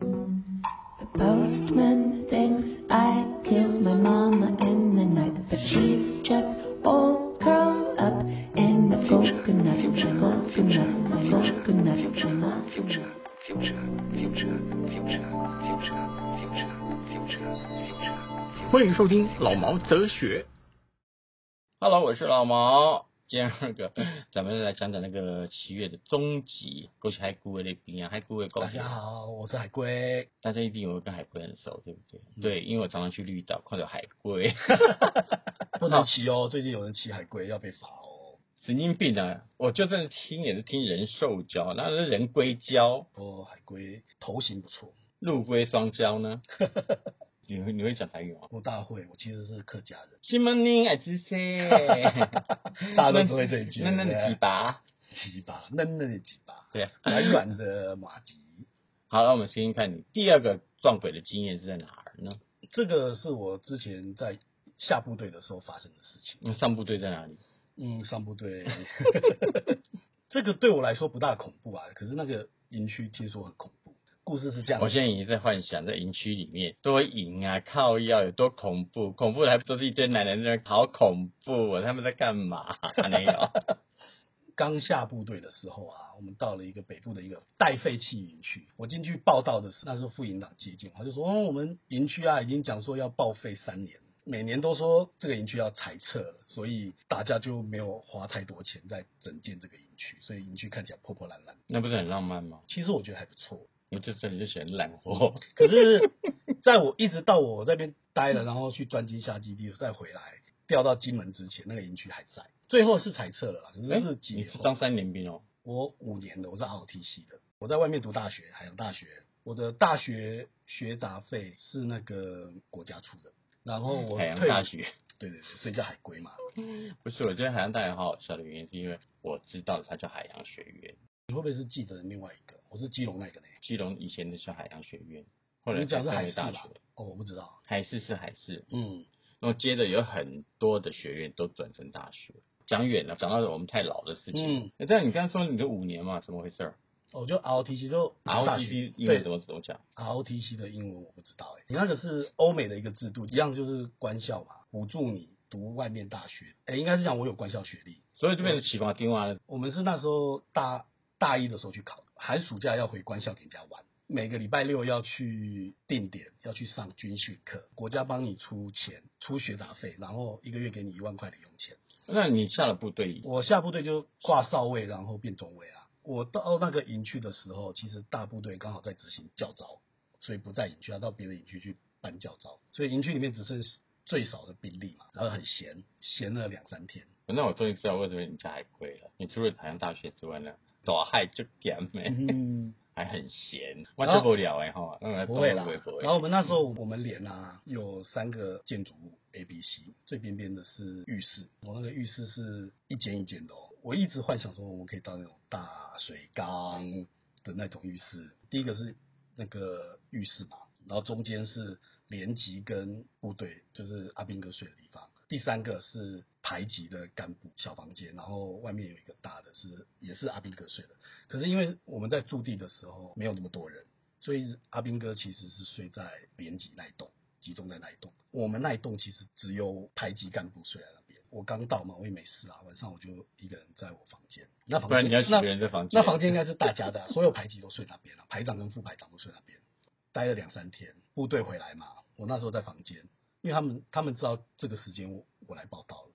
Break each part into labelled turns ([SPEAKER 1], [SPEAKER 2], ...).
[SPEAKER 1] The postman thinks I killed my mama in the night, but she's just all curled up in a coconut, a coconut, a coconut, a coconut.
[SPEAKER 2] future, future, future, future, future, future, future.
[SPEAKER 3] 欢迎收听老毛哲学。
[SPEAKER 4] Hello，我是老毛。今天那个， 咱们来讲讲那个七月的终极，过去海龟的冰啊，海龟的贡
[SPEAKER 3] 大
[SPEAKER 4] 献
[SPEAKER 3] 家，好，我是 海龟。
[SPEAKER 4] 大家一定有跟海龟很熟，对不对？
[SPEAKER 3] 嗯
[SPEAKER 4] 对，因为我常常去绿岛看到海龟，
[SPEAKER 3] 不能骑哦，最近有人骑海龟要被罚哦。
[SPEAKER 4] 神经病啊！我就真的听也是听人兽交，那是人龟交，
[SPEAKER 3] 哦，海龟头型不错，
[SPEAKER 4] 陆龟双交 呢？你会你会讲台语吗？
[SPEAKER 3] 我大会，我其实是客家 人，
[SPEAKER 4] 西门宁爱知谁？
[SPEAKER 3] 大家都只会这一句
[SPEAKER 4] 那那那
[SPEAKER 3] 对
[SPEAKER 4] 几把？
[SPEAKER 3] 鸡巴嫩嫩的鸡巴，
[SPEAKER 4] 对啊。
[SPEAKER 3] 软软的马吉。
[SPEAKER 4] 好了，我们听听看你第二个撞鬼的经验是在哪儿呢？
[SPEAKER 3] 这个是我之前在下部队的时候发生的事情。
[SPEAKER 4] 那上部队在哪里？
[SPEAKER 3] 嗯，上部队，这个对我来说不大恐怖啊，可是那个营区听说很恐怖。故事是这样的，
[SPEAKER 4] 我现在已经在幻想，在营区里面多营啊、靠药有多恐怖，恐怖的还不都是一堆男人在那边好恐怖、哦，他们在干嘛？没有，
[SPEAKER 3] 刚下部队的时候啊，我们到了一个北部的一个待废弃营区。我进去报道的时候，那时候副营长接见我，他就说：“哦，我们营区啊，已经讲说要报废三年，每年都说这个营区要裁撤了，所以大家就没有花太多钱在整建这个营区，所以营区看起来破破烂烂。
[SPEAKER 4] 那不是很浪漫吗？
[SPEAKER 3] 其实我觉得还不 错，
[SPEAKER 4] 我这真的就喜欢烂货，
[SPEAKER 3] 可是在我一直到我那边待了，然后去专机下基地再回来，调到金门之前，那个营区还在。最后是裁撤了啦，可
[SPEAKER 4] 哎
[SPEAKER 3] 是是几
[SPEAKER 4] 你
[SPEAKER 3] 年
[SPEAKER 4] 是
[SPEAKER 3] 后。
[SPEAKER 4] 当三年兵哦，
[SPEAKER 3] 我五年的，我是 ROTC 的，我在外面读大学，还有大学，我的大学学杂费是那个国家出的，然后哦我
[SPEAKER 4] 嗯海洋
[SPEAKER 3] 退伍
[SPEAKER 4] 大，学。
[SPEAKER 3] 对对对，所以叫海归嘛。
[SPEAKER 4] 不是，我觉得海洋大学好好笑的原因是因为我知道它叫海洋学院，
[SPEAKER 3] 你会不会是记得另外一个？我是基隆那个呢？
[SPEAKER 4] 基隆以前的是海洋学院，后来
[SPEAKER 3] 你讲是
[SPEAKER 4] 才
[SPEAKER 3] 海
[SPEAKER 4] 成为
[SPEAKER 3] 事
[SPEAKER 4] 大
[SPEAKER 3] 吧
[SPEAKER 4] 学，？
[SPEAKER 3] 哦，我不知道。
[SPEAKER 4] 海事是海事，
[SPEAKER 3] 嗯，
[SPEAKER 4] 然后接着有很多的学院都转成大学。讲远了，讲到我们太老的事情。嗯，但你刚刚说你的五年嘛，怎么回事儿
[SPEAKER 3] 我哦就 ROTC 就啊大学
[SPEAKER 4] ？ROTC 英文
[SPEAKER 3] 对
[SPEAKER 4] 怎么怎么讲？
[SPEAKER 3] ROTC 的英文我不知道哎、你那个是欧美的一个制度，一样就是官校嘛，补助你读外面大学。哎、应该是讲我有官校学历，
[SPEAKER 4] 所以就变成起瓜丁蛙了。
[SPEAKER 3] 我们是那时候大大一的时候去考，寒暑假要回官校给人家玩，每个礼拜六要去定点，要去上军训课，国家帮你出钱出学杂费，然后一个月给你一万块的零用钱。
[SPEAKER 4] 那你下了部队，
[SPEAKER 3] 我下部队就挂少尉，然后变中尉啊。我到那个营区的时候，其实大部队刚好在执行教招，所以不在营区，要到别的营区去办教招，所以营区里面只剩最少的兵力嘛，然后很闲，闲了两三天。
[SPEAKER 4] 那我终于知道为什么你家海归了。你除了海洋大学之外呢，大海就点没，
[SPEAKER 3] 嗯，
[SPEAKER 4] 还很闲，我受不了哎哈。那
[SPEAKER 3] 不会啦
[SPEAKER 4] 不会不。会。嗯
[SPEAKER 3] 然后我们那时候我们连啊有三个建筑物 A、B、C，最边边的是浴室，我那个浴室是一间一间的哦。我一直幻想说我们可以到那种大水缸的那种浴室。第一个是那个浴室嘛，然后中间是连级跟部队，就是阿兵哥睡的地方。第三个是排级的干部小房间，然后外面有一个大的是也是阿兵哥睡的。可是因为我们在驻地的时候没有那么多人，所以阿兵哥其实是睡在连级那一栋，集中在那一栋。我们那一栋其实只有排级干部睡在那边。我刚到嘛，我也没事啊，晚上我就一个人在我房间。那房间
[SPEAKER 4] 不然你要几
[SPEAKER 3] 那
[SPEAKER 4] 个人在房间？
[SPEAKER 3] 那房间应该是大家的啊、所有排级都睡那边了、排长跟副排长都睡那边，待了两三天。部队回来嘛，我那时候在房间，因为他们他们知道这个时间我我来报道了，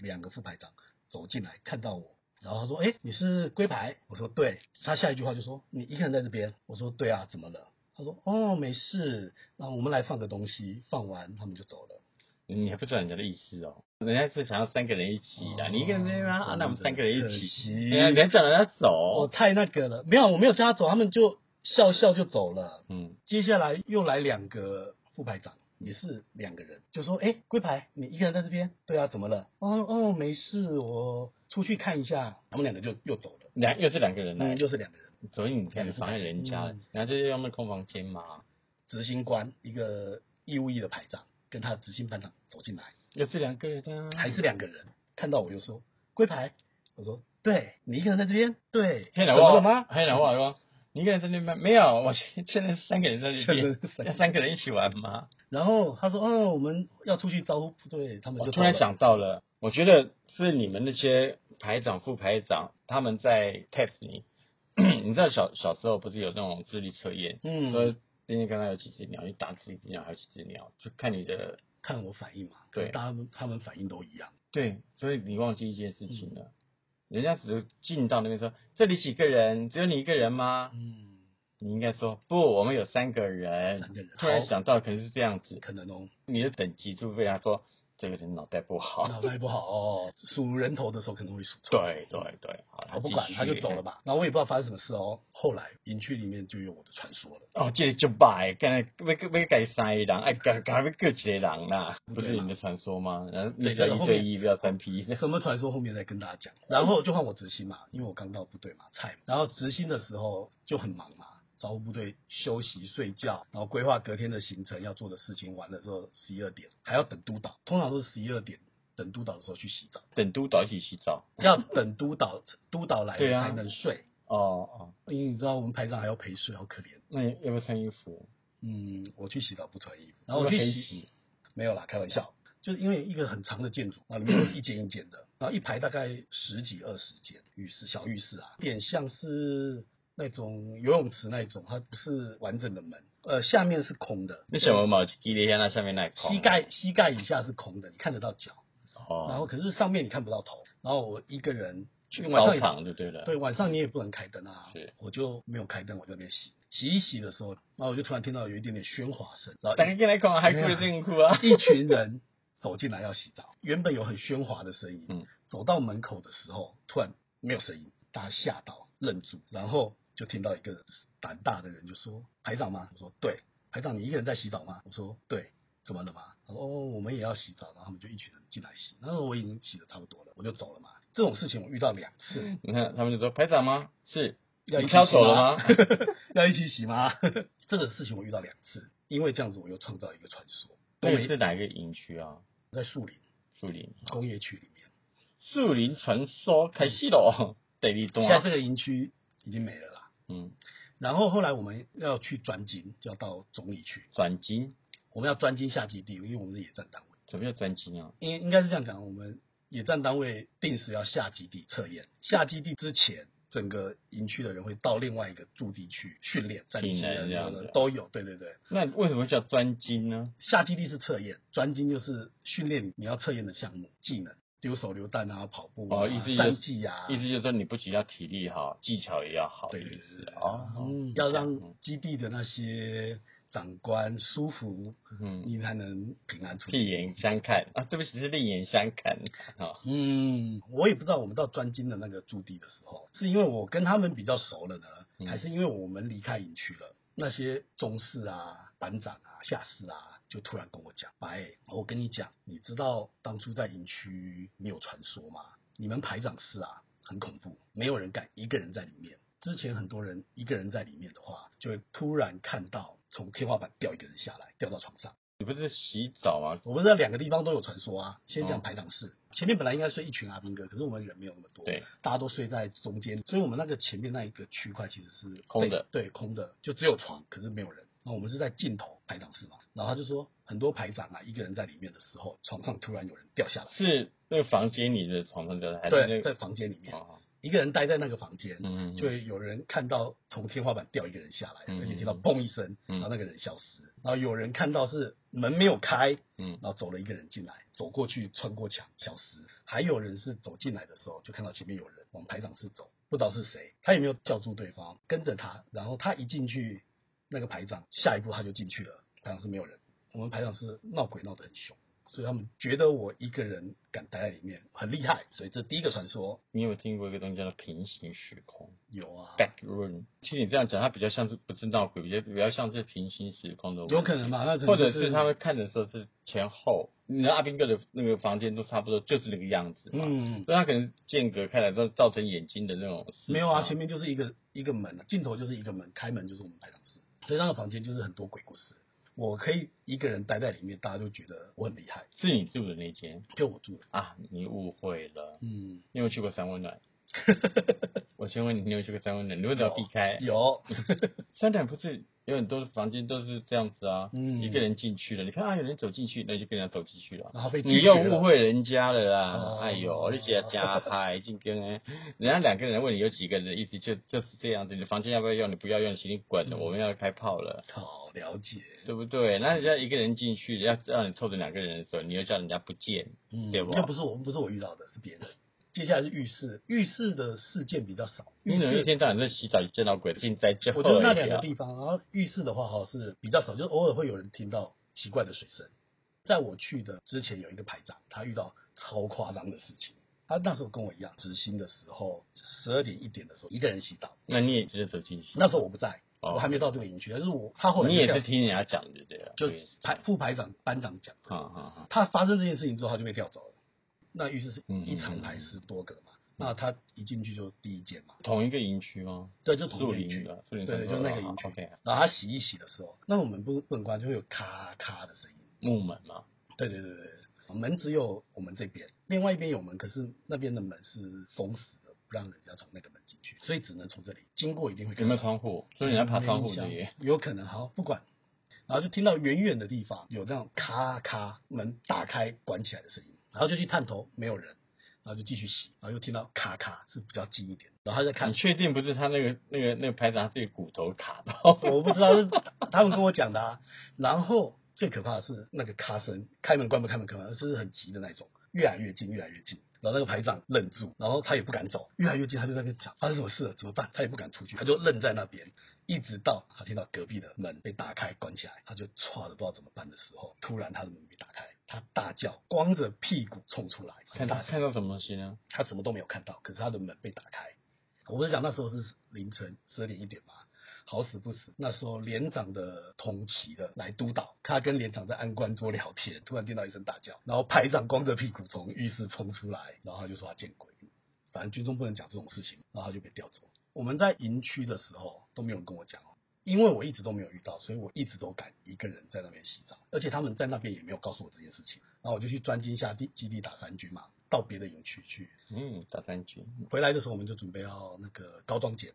[SPEAKER 3] 两个副排长走进来看到我，然后他说：“哎、你是龟排？”我说：“对。”他下一句话就说：“你一个人在这边？”我说：“对啊，怎么了？”他说：“哦，没事，那我们来放个东西，放完他们就走了。
[SPEAKER 4] 你还不知道人家的意思哦，人家是想要三个人一起的，
[SPEAKER 3] 哦
[SPEAKER 4] 你一个人在那边啊，
[SPEAKER 3] 真的
[SPEAKER 4] 那我们三个人一
[SPEAKER 3] 可惜
[SPEAKER 4] 起，哎人家叫人家
[SPEAKER 3] 我
[SPEAKER 4] 走，
[SPEAKER 3] 哦太那个了，没有，我没有叫他走，他们就笑笑就走了。
[SPEAKER 4] 嗯，
[SPEAKER 3] 接下来又来两个副排长，也是两个人，就说：“哎、龟排，你一个人在这边？对啊，怎么了？哦哦，没事，我出去看一下。”他们两个就又走了，
[SPEAKER 4] 两又是两个人
[SPEAKER 3] 那
[SPEAKER 4] 来，
[SPEAKER 3] 嗯就是两个人，
[SPEAKER 4] 所以你看你妨碍人家，
[SPEAKER 3] 嗯
[SPEAKER 4] 人家就是要那空房间嘛，
[SPEAKER 3] 执行官一个义务役的排长跟他的执行班长走进来，
[SPEAKER 4] 又是两个人啊，
[SPEAKER 3] 还是两个人。看到我就说龟牌，我说对你一个人在这边，对，
[SPEAKER 4] 黑老
[SPEAKER 3] 怎么
[SPEAKER 4] 外
[SPEAKER 3] 了吗？
[SPEAKER 4] 黑老外说：“你一个人在那边没有？我现现在三个人在那边，要三个人一起玩吗
[SPEAKER 3] 然后他说，哦，我们要出去招呼部队，他？”们
[SPEAKER 4] 我
[SPEAKER 3] 就
[SPEAKER 4] 哦突然
[SPEAKER 3] 走了，
[SPEAKER 4] 想到了，我觉得是你们那些排长、副排长他们在 test 你。 你知道小小时候不是有那种智力测验，
[SPEAKER 3] 嗯，
[SPEAKER 4] 说今天看到有几只鸟，你打几只鸟还有几只鸟，就看你的
[SPEAKER 3] 看我反应嘛，
[SPEAKER 4] 对
[SPEAKER 3] 大家他们反应都一样，
[SPEAKER 4] 对，所以你忘记一件事情
[SPEAKER 3] 嗯
[SPEAKER 4] 了。人家只是进到那边说：“这里几个人？只有你一个人吗？”
[SPEAKER 3] 嗯，
[SPEAKER 4] 你应该说：“不，我们有三个人。
[SPEAKER 3] 三个人
[SPEAKER 4] 突然
[SPEAKER 3] 好
[SPEAKER 4] 想到可能是这样子，
[SPEAKER 3] 可能哦，
[SPEAKER 4] 你的等级就被他说这个人脑袋不好
[SPEAKER 3] 脑。袋不好哦，数人头的时候可能会数错，
[SPEAKER 4] 对对对，好，
[SPEAKER 3] 我不管，他就走了
[SPEAKER 4] 吧。
[SPEAKER 3] 吧。然后我也不知道发生什么事哦。后来营区里面就有我的传说了，
[SPEAKER 4] 哦，这就拜，干要要改三个人，哎，改改要各几个人啦，不是
[SPEAKER 3] 对啦
[SPEAKER 4] 你的传说吗？然后
[SPEAKER 3] 对
[SPEAKER 4] 一对
[SPEAKER 3] 然后
[SPEAKER 4] 一
[SPEAKER 3] 后
[SPEAKER 4] 对
[SPEAKER 3] 面
[SPEAKER 4] 一，不要三 P。
[SPEAKER 3] 什么传说后面再跟大家讲。然后就换我执行嘛，因为我刚到部队嘛，菜嘛。然后执行的时候就很忙嘛，招呼部队休息睡觉，然后规划隔天的行程要做的事情。完了之后十一二点还要等督导，通常都是十一二点等督导的时候去洗澡，
[SPEAKER 4] 等督导一起洗澡。
[SPEAKER 3] 要等督导督导来
[SPEAKER 4] 对
[SPEAKER 3] 了
[SPEAKER 4] 啊
[SPEAKER 3] 才能睡，
[SPEAKER 4] 哦哦，
[SPEAKER 3] 因为你知道我们排长还要陪睡，好可怜。
[SPEAKER 4] 那你要不要穿衣服？
[SPEAKER 3] 嗯，我去洗澡不穿衣服，然后我
[SPEAKER 4] 要不
[SPEAKER 3] 去
[SPEAKER 4] 要黑
[SPEAKER 3] 洗，没有啦，开玩笑，就是因为一个很长的建筑啊，里面都是一间一间的，然后一排大概十几二十间浴室，小浴室啊，有点像是那种游泳池那种，它不是完整的门，呃，下面是空的，
[SPEAKER 4] 那小毛毛滴了一下，那下面那一块
[SPEAKER 3] 膝盖膝盖以下是空的，你看得到脚，然后
[SPEAKER 4] 哦，
[SPEAKER 3] 可是上面你看不到头，然后我一个人去晚上
[SPEAKER 4] 包
[SPEAKER 3] 也
[SPEAKER 4] 场就对了。
[SPEAKER 3] 对，晚上你也不能开灯啊。
[SPEAKER 4] 是
[SPEAKER 3] 我就没有开灯，我在那边洗，洗一洗的时候，然后我就突然听到有一点点喧哗声，然后
[SPEAKER 4] 大家进来看，还哭了真哭啊！
[SPEAKER 3] 一群人走进来要洗澡，原本有很喧哗的声音，
[SPEAKER 4] 嗯
[SPEAKER 3] 走到门口的时候，突然没有声音，大家吓到愣住，然后就听到一个胆大的人就说：“排长吗？”我说：“对。”排长，你一个人在洗澡吗？我说：“对。”怎么了嘛？他说：“哦，我们也要洗澡。”然后他们就一群人进来洗，然后我已经洗的差不多了，我就走了嘛。这种事情我遇到两次，
[SPEAKER 4] 你看他们就说排长吗？是，
[SPEAKER 3] 要一
[SPEAKER 4] 你
[SPEAKER 3] 起
[SPEAKER 4] 挑
[SPEAKER 3] 洗
[SPEAKER 4] 走了吗？
[SPEAKER 3] 要一起洗吗？ 这个事情我遇到两次，因为这样子我又创造一个传说。
[SPEAKER 4] 那
[SPEAKER 3] 我
[SPEAKER 4] 你
[SPEAKER 3] 每
[SPEAKER 4] 是哪一个营区啊？
[SPEAKER 3] 在树林
[SPEAKER 4] 树林，
[SPEAKER 3] 工业区里面，
[SPEAKER 4] 树林传说开始喽， 第二
[SPEAKER 3] 现在这
[SPEAKER 4] 段，啊
[SPEAKER 3] 个营区已经没了啦。
[SPEAKER 4] 嗯，
[SPEAKER 3] 然后后来我们要去专精，就要到总理去，
[SPEAKER 4] 转金，
[SPEAKER 3] 我们要专精下基地，因为我们是野战单位，
[SPEAKER 4] 什么叫转金啊？
[SPEAKER 3] 应应该是这样讲，我们野战单位定时要下基地测验，下基地之前。整个营区的人会到另外一个驻地去训练，战
[SPEAKER 4] 体
[SPEAKER 3] 机
[SPEAKER 4] 能这样子
[SPEAKER 3] 人都有，对对对。
[SPEAKER 4] 那为什么叫专金呢？
[SPEAKER 3] 下基地是测验，专精就是训练你要测验的项目、技能，丢手榴弹啊、跑步啊、
[SPEAKER 4] 哦意思就是
[SPEAKER 3] 战技啊，
[SPEAKER 4] 意思就是说你不仅要体力好，技巧也要好，
[SPEAKER 3] 对
[SPEAKER 4] 的
[SPEAKER 3] 对
[SPEAKER 4] 意思
[SPEAKER 3] 对
[SPEAKER 4] 啊。哦
[SPEAKER 3] 嗯
[SPEAKER 4] 嗯
[SPEAKER 3] 要让基地的那些长官舒服，
[SPEAKER 4] 嗯，
[SPEAKER 3] 你才能平安出去。
[SPEAKER 4] 另眼相看啊，对不起，是另眼相看啊。
[SPEAKER 3] 嗯，我也不知道我们到专精的那个驻地的时候，是因为我跟他们比较熟了呢，
[SPEAKER 4] 嗯
[SPEAKER 3] 还是因为我们离开营区了？那些中士啊、班长啊、下士啊，就突然跟我讲：“白，我跟你讲，你知道当初在营区你有传说吗？你们排长室啊，很恐怖，没有人敢一个人在里面。之前很多人一个人在里面的话，就会突然看到从天花板掉一个人下来，掉到床上。”
[SPEAKER 4] 你不是洗澡吗？
[SPEAKER 3] 我们在两个地方都有传说啊。先
[SPEAKER 4] 哦
[SPEAKER 3] 讲排长室，前面本来应该睡一群阿兵哥，可是我们人没有那么多，
[SPEAKER 4] 对，
[SPEAKER 3] 大家都睡在中间，所以我们那个前面那一个区块其实是
[SPEAKER 4] 空的
[SPEAKER 3] 对，对，空的，就只有床，可是没有人。那我们是在尽头排长室嘛，然后他就说，很多排长啊，一个人在里面的时候，床上突然有人掉下来，
[SPEAKER 4] 是那个房间里的床上掉的，还是哎那
[SPEAKER 3] 对，在
[SPEAKER 4] 个？
[SPEAKER 3] 房间里面，
[SPEAKER 4] 哦，
[SPEAKER 3] 一个人待在那个房间，
[SPEAKER 4] 嗯，嗯嗯
[SPEAKER 3] 就会有人看到从天花板掉一个人下来，
[SPEAKER 4] 嗯
[SPEAKER 3] 而且听到砰一声，
[SPEAKER 4] 嗯
[SPEAKER 3] 然后那个人消失。然后有人看到是门没有开，
[SPEAKER 4] 嗯
[SPEAKER 3] 然后走了一个人进来，走过去穿过墙消失。还有人是走进来的时候就看到前面有人往排长室走，不知道是谁，他也没有叫住对方，跟着他，然后他一进去，那个排长下一步他就进去了，排长室没有人。我们排长室闹鬼闹得很凶，所以他们觉得我一个人敢待在里面很厉害，所以这第一个传说
[SPEAKER 4] 你有没有听过一个东西叫做平行时空
[SPEAKER 3] 有啊。
[SPEAKER 4] （back room）？听你这样讲，它比较像是不是闹鬼，比较比较像是平行时空的问题，
[SPEAKER 3] 有可能吧，那可能
[SPEAKER 4] 或者
[SPEAKER 3] 就是
[SPEAKER 4] 他们看的时候是前后，你的阿兵哥的那个房间都差不多就是那个样子嘛，
[SPEAKER 3] 嗯，
[SPEAKER 4] 所以他可能间隔开来，都造成眼睛的那种视
[SPEAKER 3] 没有啊，
[SPEAKER 4] 差
[SPEAKER 3] 前面就是一个一个门啊，尽头就是一个门，开门就是我们排长室，所以那个房间就是很多鬼故事。我可以一个人待在里面，大家都觉得我很厉害，
[SPEAKER 4] 是你住的那间
[SPEAKER 3] 就我住的。
[SPEAKER 4] 啊？你误会了，
[SPEAKER 3] 嗯，
[SPEAKER 4] 你有去过三温 暖？我先问你，你有去过三温暖？你为什么要避开？
[SPEAKER 3] 哎 有，
[SPEAKER 4] 三温暖不是有很多房间都是这样子啊？
[SPEAKER 3] 嗯
[SPEAKER 4] 一个人进去了，你看啊，有人走进去，那就跟人家走进去了。
[SPEAKER 3] 然后被
[SPEAKER 4] 你
[SPEAKER 3] 拒
[SPEAKER 4] 又
[SPEAKER 3] 绝
[SPEAKER 4] 误
[SPEAKER 3] 了。
[SPEAKER 4] 会人家了啦！
[SPEAKER 3] 哦
[SPEAKER 4] 哎呦，你姐加派进跟啊人家两个人问你有几个人，意思就就是这样子。你的房间要不要用？你不要用，请你滚了，
[SPEAKER 3] 嗯
[SPEAKER 4] 我们要开炮了，
[SPEAKER 3] 好了解，
[SPEAKER 4] 对不对？那人家一个人进去，要让你凑着两个人的时候，你又叫人家不见，
[SPEAKER 3] 嗯，
[SPEAKER 4] 对不
[SPEAKER 3] 那不是我，不是我遇到的，是别人。接下来是浴室，浴室的事件比较少。
[SPEAKER 4] 你
[SPEAKER 3] 浴
[SPEAKER 4] 怎么一
[SPEAKER 3] 室
[SPEAKER 4] 天到晚在洗澡，见到鬼，进在叫
[SPEAKER 3] 我就是那两个地方，然后浴室的话哈是比较少，就是偶尔会有人听到奇怪的水声。在我去的之前，有一个排长，他遇到超夸张的事情。他那时候跟我一样，执行的时候，十二点一点的时候，一个人洗澡。
[SPEAKER 4] 那你也直接走进去，
[SPEAKER 3] 那时候我不在，
[SPEAKER 4] 哦
[SPEAKER 3] 我还没到这个营区，但是我他后来
[SPEAKER 4] 你也是
[SPEAKER 3] 被调
[SPEAKER 4] 听人家讲的，对了，
[SPEAKER 3] 就
[SPEAKER 4] 对
[SPEAKER 3] 排副排长、班长讲的。
[SPEAKER 4] 好好好，
[SPEAKER 3] 他发生这件事情之后，他就被调走了。那于是是
[SPEAKER 4] 嗯嗯
[SPEAKER 3] 一长排十多个嘛，那他一进去就第一间嘛，
[SPEAKER 4] 同一个营区吗？
[SPEAKER 3] 对，就同
[SPEAKER 4] 树
[SPEAKER 3] 一个营区
[SPEAKER 4] 林。的，树林
[SPEAKER 3] 对，
[SPEAKER 4] 山
[SPEAKER 3] 就
[SPEAKER 4] 头
[SPEAKER 3] 那个
[SPEAKER 4] 好
[SPEAKER 3] 营区
[SPEAKER 4] OK，。
[SPEAKER 3] 然后他洗一洗的时候，啊那我们不不能关，就会有咔咔的声音。
[SPEAKER 4] 木门嘛，
[SPEAKER 3] 对对对对对，门只有我们这边，另外一边有门，可是那边的门是封死的，不让人家从那个门进去，所以只能从这里经过，一定会
[SPEAKER 4] 有
[SPEAKER 3] 看
[SPEAKER 4] 没
[SPEAKER 3] 到。
[SPEAKER 4] 有窗户？所以你要爬窗户的
[SPEAKER 3] 没印
[SPEAKER 4] 耶。
[SPEAKER 3] 象有可能好不管。然后就听到远远的地方有那种咔咔门打开关起来的声音，然后就去探头，没有人，然后就继续洗，然后又听到咔咔是比较近一点，然后他在看
[SPEAKER 4] 你确定不是他那个那个那个排长他自己骨头卡到？
[SPEAKER 3] 我不知道是他们跟我讲的啊。然后最可怕的是那个咔声，开门关门开门开门，是很急的那种，越来越近越来越近。然后那个排长愣住，然后他也不敢走，越来越近，他就在那边讲发生什么事了，怎么办？他也不敢出去，他就愣在那边，一直到他听到隔壁的门被打开关起来，他就歘的不知道怎么办的时候，突然他的门被打开，他大叫，光着屁股冲出来，
[SPEAKER 4] 看到
[SPEAKER 3] 大声
[SPEAKER 4] 看到什么东西呢？
[SPEAKER 3] 他什么都没有看到，可是他的门被打开。我不是讲那时候是凌晨十二点一点嘛，好死不死，那时候连长的同期的来督导，他跟连长在按官桌聊天，突然听到一声大叫，然后排长光着屁股从浴室冲出来，然后他就说他见鬼，反正军中不能讲这种事情，然后他就被调走。我们在营区的时候都没有人跟我讲哦，因为我一直都没有遇到，所以我一直都敢一个人在那边洗澡，而且他们在那边也没有告诉我这件事情，然后我就去专金下地基地打三军嘛，到别的营区去
[SPEAKER 4] 嗯，打三军。
[SPEAKER 3] 回来的时候，我们就准备要那个高装检。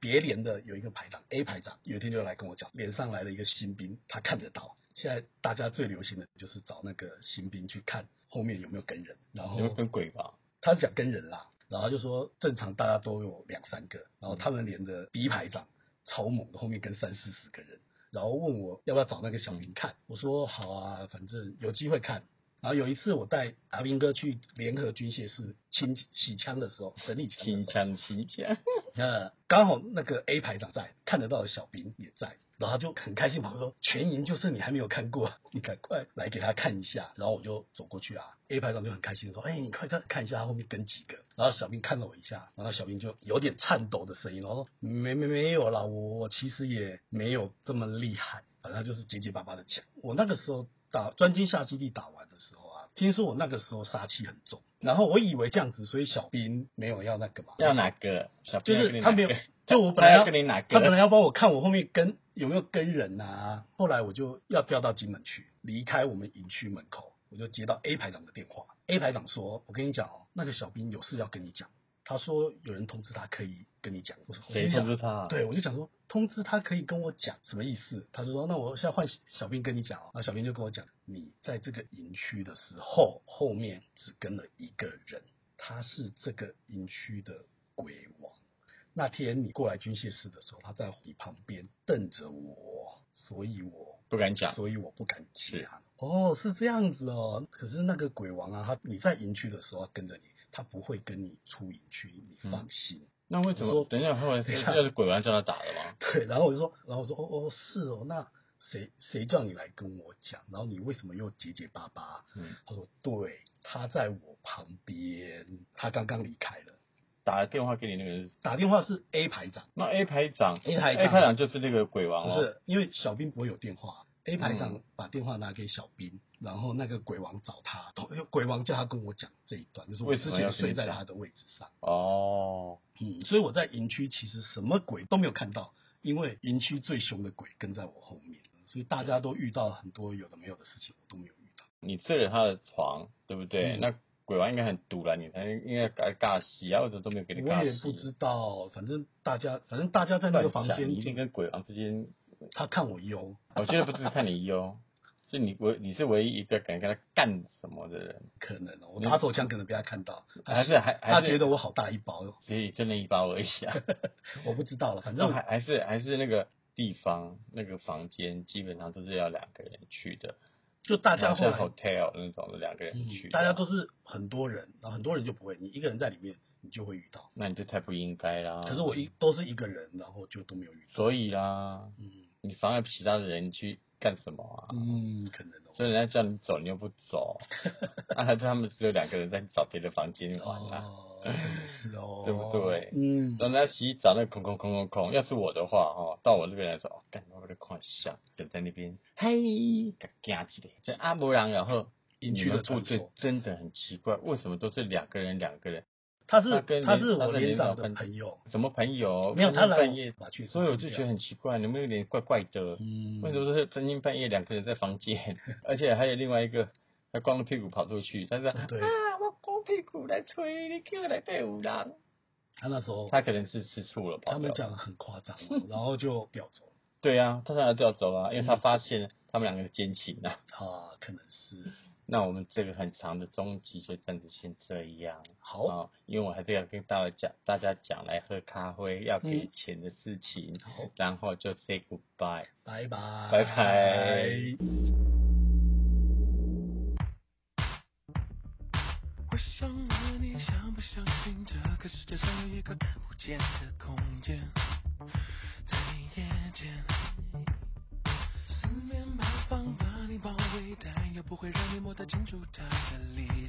[SPEAKER 3] 别连的有一个排长 A 排长，有一天就来跟我讲，连上来了一个新兵，他看得到。现在大家最流行的就是找那个新兵去看后面有没有跟人，然
[SPEAKER 4] 你会
[SPEAKER 3] 后
[SPEAKER 4] 跟鬼吧？
[SPEAKER 3] 他讲跟人啦，然后他就说正常大家都有两三个，然后他们连的 B 排长超猛的，后面跟三四十个人，然后问我要不要找那个小兵看，我说好啊，反正有机会看。然后有一次我带阿兵哥去联合军械室清洗枪的时候，整理枪的时候
[SPEAKER 4] 清枪清枪，
[SPEAKER 3] 呃，刚好那个 A 排长在，看得到的小兵也在，然后他就很开心，我说全营就剩你还没有看过， 你赶快来给他看一下。然后我就走过去啊，A 排长就很开心的说，哎、你快看看一下他后面跟几个。然后小兵看了我一下，然后小兵就有点颤抖的声音，然后说没没没有啦，我我其实也没有这么厉害，反正他就是结结巴巴的讲。我那个时候打专金下基地打完的时候啊，听说我那个时候杀气很重，然后我以为这样子，所以小兵没有要那个嘛，
[SPEAKER 4] 要哪个？小兵
[SPEAKER 3] 就
[SPEAKER 4] 要跟
[SPEAKER 3] 是
[SPEAKER 4] 你
[SPEAKER 3] 他
[SPEAKER 4] 哪
[SPEAKER 3] 没有
[SPEAKER 4] 个？，
[SPEAKER 3] 就我
[SPEAKER 4] 他
[SPEAKER 3] 本 来
[SPEAKER 4] 要
[SPEAKER 3] 要
[SPEAKER 4] 跟你哪
[SPEAKER 3] 他本来
[SPEAKER 4] 个？
[SPEAKER 3] 要帮我看我后面跟有没有跟人啊，后来我就要调到金门去，离开我们营区门口，我就接到 A 排长的电话，A 排长说：“我跟你讲哦，那个小兵有事要跟你讲，他说有人通知他可以跟你讲。”我说：“我
[SPEAKER 4] 谁
[SPEAKER 3] 心
[SPEAKER 4] 通
[SPEAKER 3] 想
[SPEAKER 4] 知他啊？
[SPEAKER 3] 对，我就想说通知他可以跟我讲什么意思？他就说那我现在换小兵跟你讲哦，那小兵就跟我讲，你在这个营区的时候，后面只跟了一个人，他是这个营区的鬼王。那天你过来军械室的时候，他在你旁边瞪着我，所以我
[SPEAKER 4] 不敢讲。
[SPEAKER 3] 所以我不敢
[SPEAKER 4] 是
[SPEAKER 3] 讲。哦，是这样子哦。可是那个鬼王啊，他你在营区的时候他跟着你，他不会跟你出营区，你放心。
[SPEAKER 4] 那为什
[SPEAKER 3] 我说
[SPEAKER 4] 么？等一下，后来是
[SPEAKER 3] 等一下
[SPEAKER 4] 要是鬼王叫他打的吗？
[SPEAKER 3] 对，然后我就说，然后我说，哦哦，是哦，那谁谁叫你来跟我讲？然后你为什么又结结巴巴？
[SPEAKER 4] 嗯，
[SPEAKER 3] 他说，对，他在我旁边，他刚刚离开了。
[SPEAKER 4] 打了电话给你那个人是，
[SPEAKER 3] 打电话是 A 排长，
[SPEAKER 4] 那 A 排长
[SPEAKER 3] A 排长
[SPEAKER 4] ，A 排长就是那个鬼王
[SPEAKER 3] 不
[SPEAKER 4] 哦。
[SPEAKER 3] 是因为小兵不会有电话，A 排长
[SPEAKER 4] 嗯
[SPEAKER 3] 把电话拿给小兵，然后那个鬼王找他， 鬼王叫他跟我讲这一段，就是我
[SPEAKER 4] 为什
[SPEAKER 3] 之
[SPEAKER 4] 么要
[SPEAKER 3] 前
[SPEAKER 4] 跟
[SPEAKER 3] 睡
[SPEAKER 4] 你
[SPEAKER 3] 在
[SPEAKER 4] 讲
[SPEAKER 3] 他的位置上。
[SPEAKER 4] 哦，
[SPEAKER 3] 嗯，所以我在营区其实什么鬼都没有看到，因为营区最凶的鬼跟在我后面，所以大家都遇到很多有的没有的事情，我都没有遇到。
[SPEAKER 4] 你睡了他的床，对不对？
[SPEAKER 3] 嗯
[SPEAKER 4] 那鬼王应该很毒了，你才应该尬尬戏啊，我怎么都没有给你尬
[SPEAKER 3] 我也
[SPEAKER 4] 戏？
[SPEAKER 3] 不知道，反正大家，反正大家在那个房
[SPEAKER 4] 乱讲
[SPEAKER 3] 间
[SPEAKER 4] 你一，定跟鬼王之间，
[SPEAKER 3] 他看我忧，
[SPEAKER 4] 我觉得不是看你优，是你唯你是唯一一个敢跟他干什么的人，
[SPEAKER 3] 可能哦我打手枪可能被他看到，
[SPEAKER 4] 还是还还
[SPEAKER 3] 他
[SPEAKER 4] 是
[SPEAKER 3] 觉得我好大一包哦，
[SPEAKER 4] 所以真的一包而已啊。
[SPEAKER 3] 我不知道了，反
[SPEAKER 4] 那
[SPEAKER 3] 正
[SPEAKER 4] 还还是还是那个地方那个房间，基本上都是要两个人去的，
[SPEAKER 3] 就大家后
[SPEAKER 4] 像
[SPEAKER 3] 来
[SPEAKER 4] hotel 那种两个人去的、
[SPEAKER 3] 嗯，大家都是很多人，然后很多人就不会，你一个人在里面，你就会遇到。
[SPEAKER 4] 那你就太不应该啦。
[SPEAKER 3] 可是我一都是一个人，然后就都没有遇到。
[SPEAKER 4] 啊所以啦，
[SPEAKER 3] 嗯
[SPEAKER 4] 你妨碍其他的人去干什么啊？
[SPEAKER 3] 嗯，可能哦。
[SPEAKER 4] 所以人家叫你走，你又不 走，那还是他们只有两个人在找别的房间玩啊。
[SPEAKER 3] 哦，真的是哦，
[SPEAKER 4] 对不对
[SPEAKER 3] 嗯，
[SPEAKER 4] 然后人家洗澡那个空空空空空，要是我的话哦，到我这边来说，哦，干，我把它看下，等在那边，嘿，给惊起来。这阿伯然然后
[SPEAKER 3] 隐
[SPEAKER 4] 你
[SPEAKER 3] 去的
[SPEAKER 4] 们部
[SPEAKER 3] 传
[SPEAKER 4] 队
[SPEAKER 3] 说，
[SPEAKER 4] 真的很奇怪，为什么都是两个人两个人？
[SPEAKER 3] 他
[SPEAKER 4] 他
[SPEAKER 3] 是
[SPEAKER 4] 跟
[SPEAKER 3] 他
[SPEAKER 4] 连
[SPEAKER 3] 是我
[SPEAKER 4] 他跟
[SPEAKER 3] 连
[SPEAKER 4] 连
[SPEAKER 3] 长
[SPEAKER 4] 长
[SPEAKER 3] 的
[SPEAKER 4] 分
[SPEAKER 3] 朋友，
[SPEAKER 4] 什么朋友？
[SPEAKER 3] 没有他来
[SPEAKER 4] 半夜，
[SPEAKER 3] 把去，
[SPEAKER 4] 所以我就觉得很奇怪，你们有点怪怪的。
[SPEAKER 3] 嗯，
[SPEAKER 4] 为什么都是深更半夜两个人在房间， 而且还有另外一个还光着屁股跑出去？但是啊，
[SPEAKER 3] 哦对
[SPEAKER 4] 我光屁股来吹，你叫我来被五郎。
[SPEAKER 3] 他那时候
[SPEAKER 4] 他哦啊可能是吃醋了，跑掉
[SPEAKER 3] 他们
[SPEAKER 4] 了。
[SPEAKER 3] 讲得很夸张 哦，然后就调走了
[SPEAKER 4] 对啊，他当然调走啊，因为
[SPEAKER 3] 嗯
[SPEAKER 4] 他发现他们两个是奸情啊。
[SPEAKER 3] 啊，可能是
[SPEAKER 4] 那我们这个很长的终极就暂时先这样啊、
[SPEAKER 3] 好，
[SPEAKER 4] 因为我还是要跟大家讲，大家讲来喝咖啡要给
[SPEAKER 3] 嗯
[SPEAKER 4] 钱的事情，
[SPEAKER 3] 好，
[SPEAKER 4] 然后就 say goodbye。
[SPEAKER 3] 拜拜，
[SPEAKER 4] 拜拜。
[SPEAKER 2] 我想问你相不相信这个世界上有一个看不见的空间，在你眼前，四面八方把你包围，但又不会让你摸得清楚它的里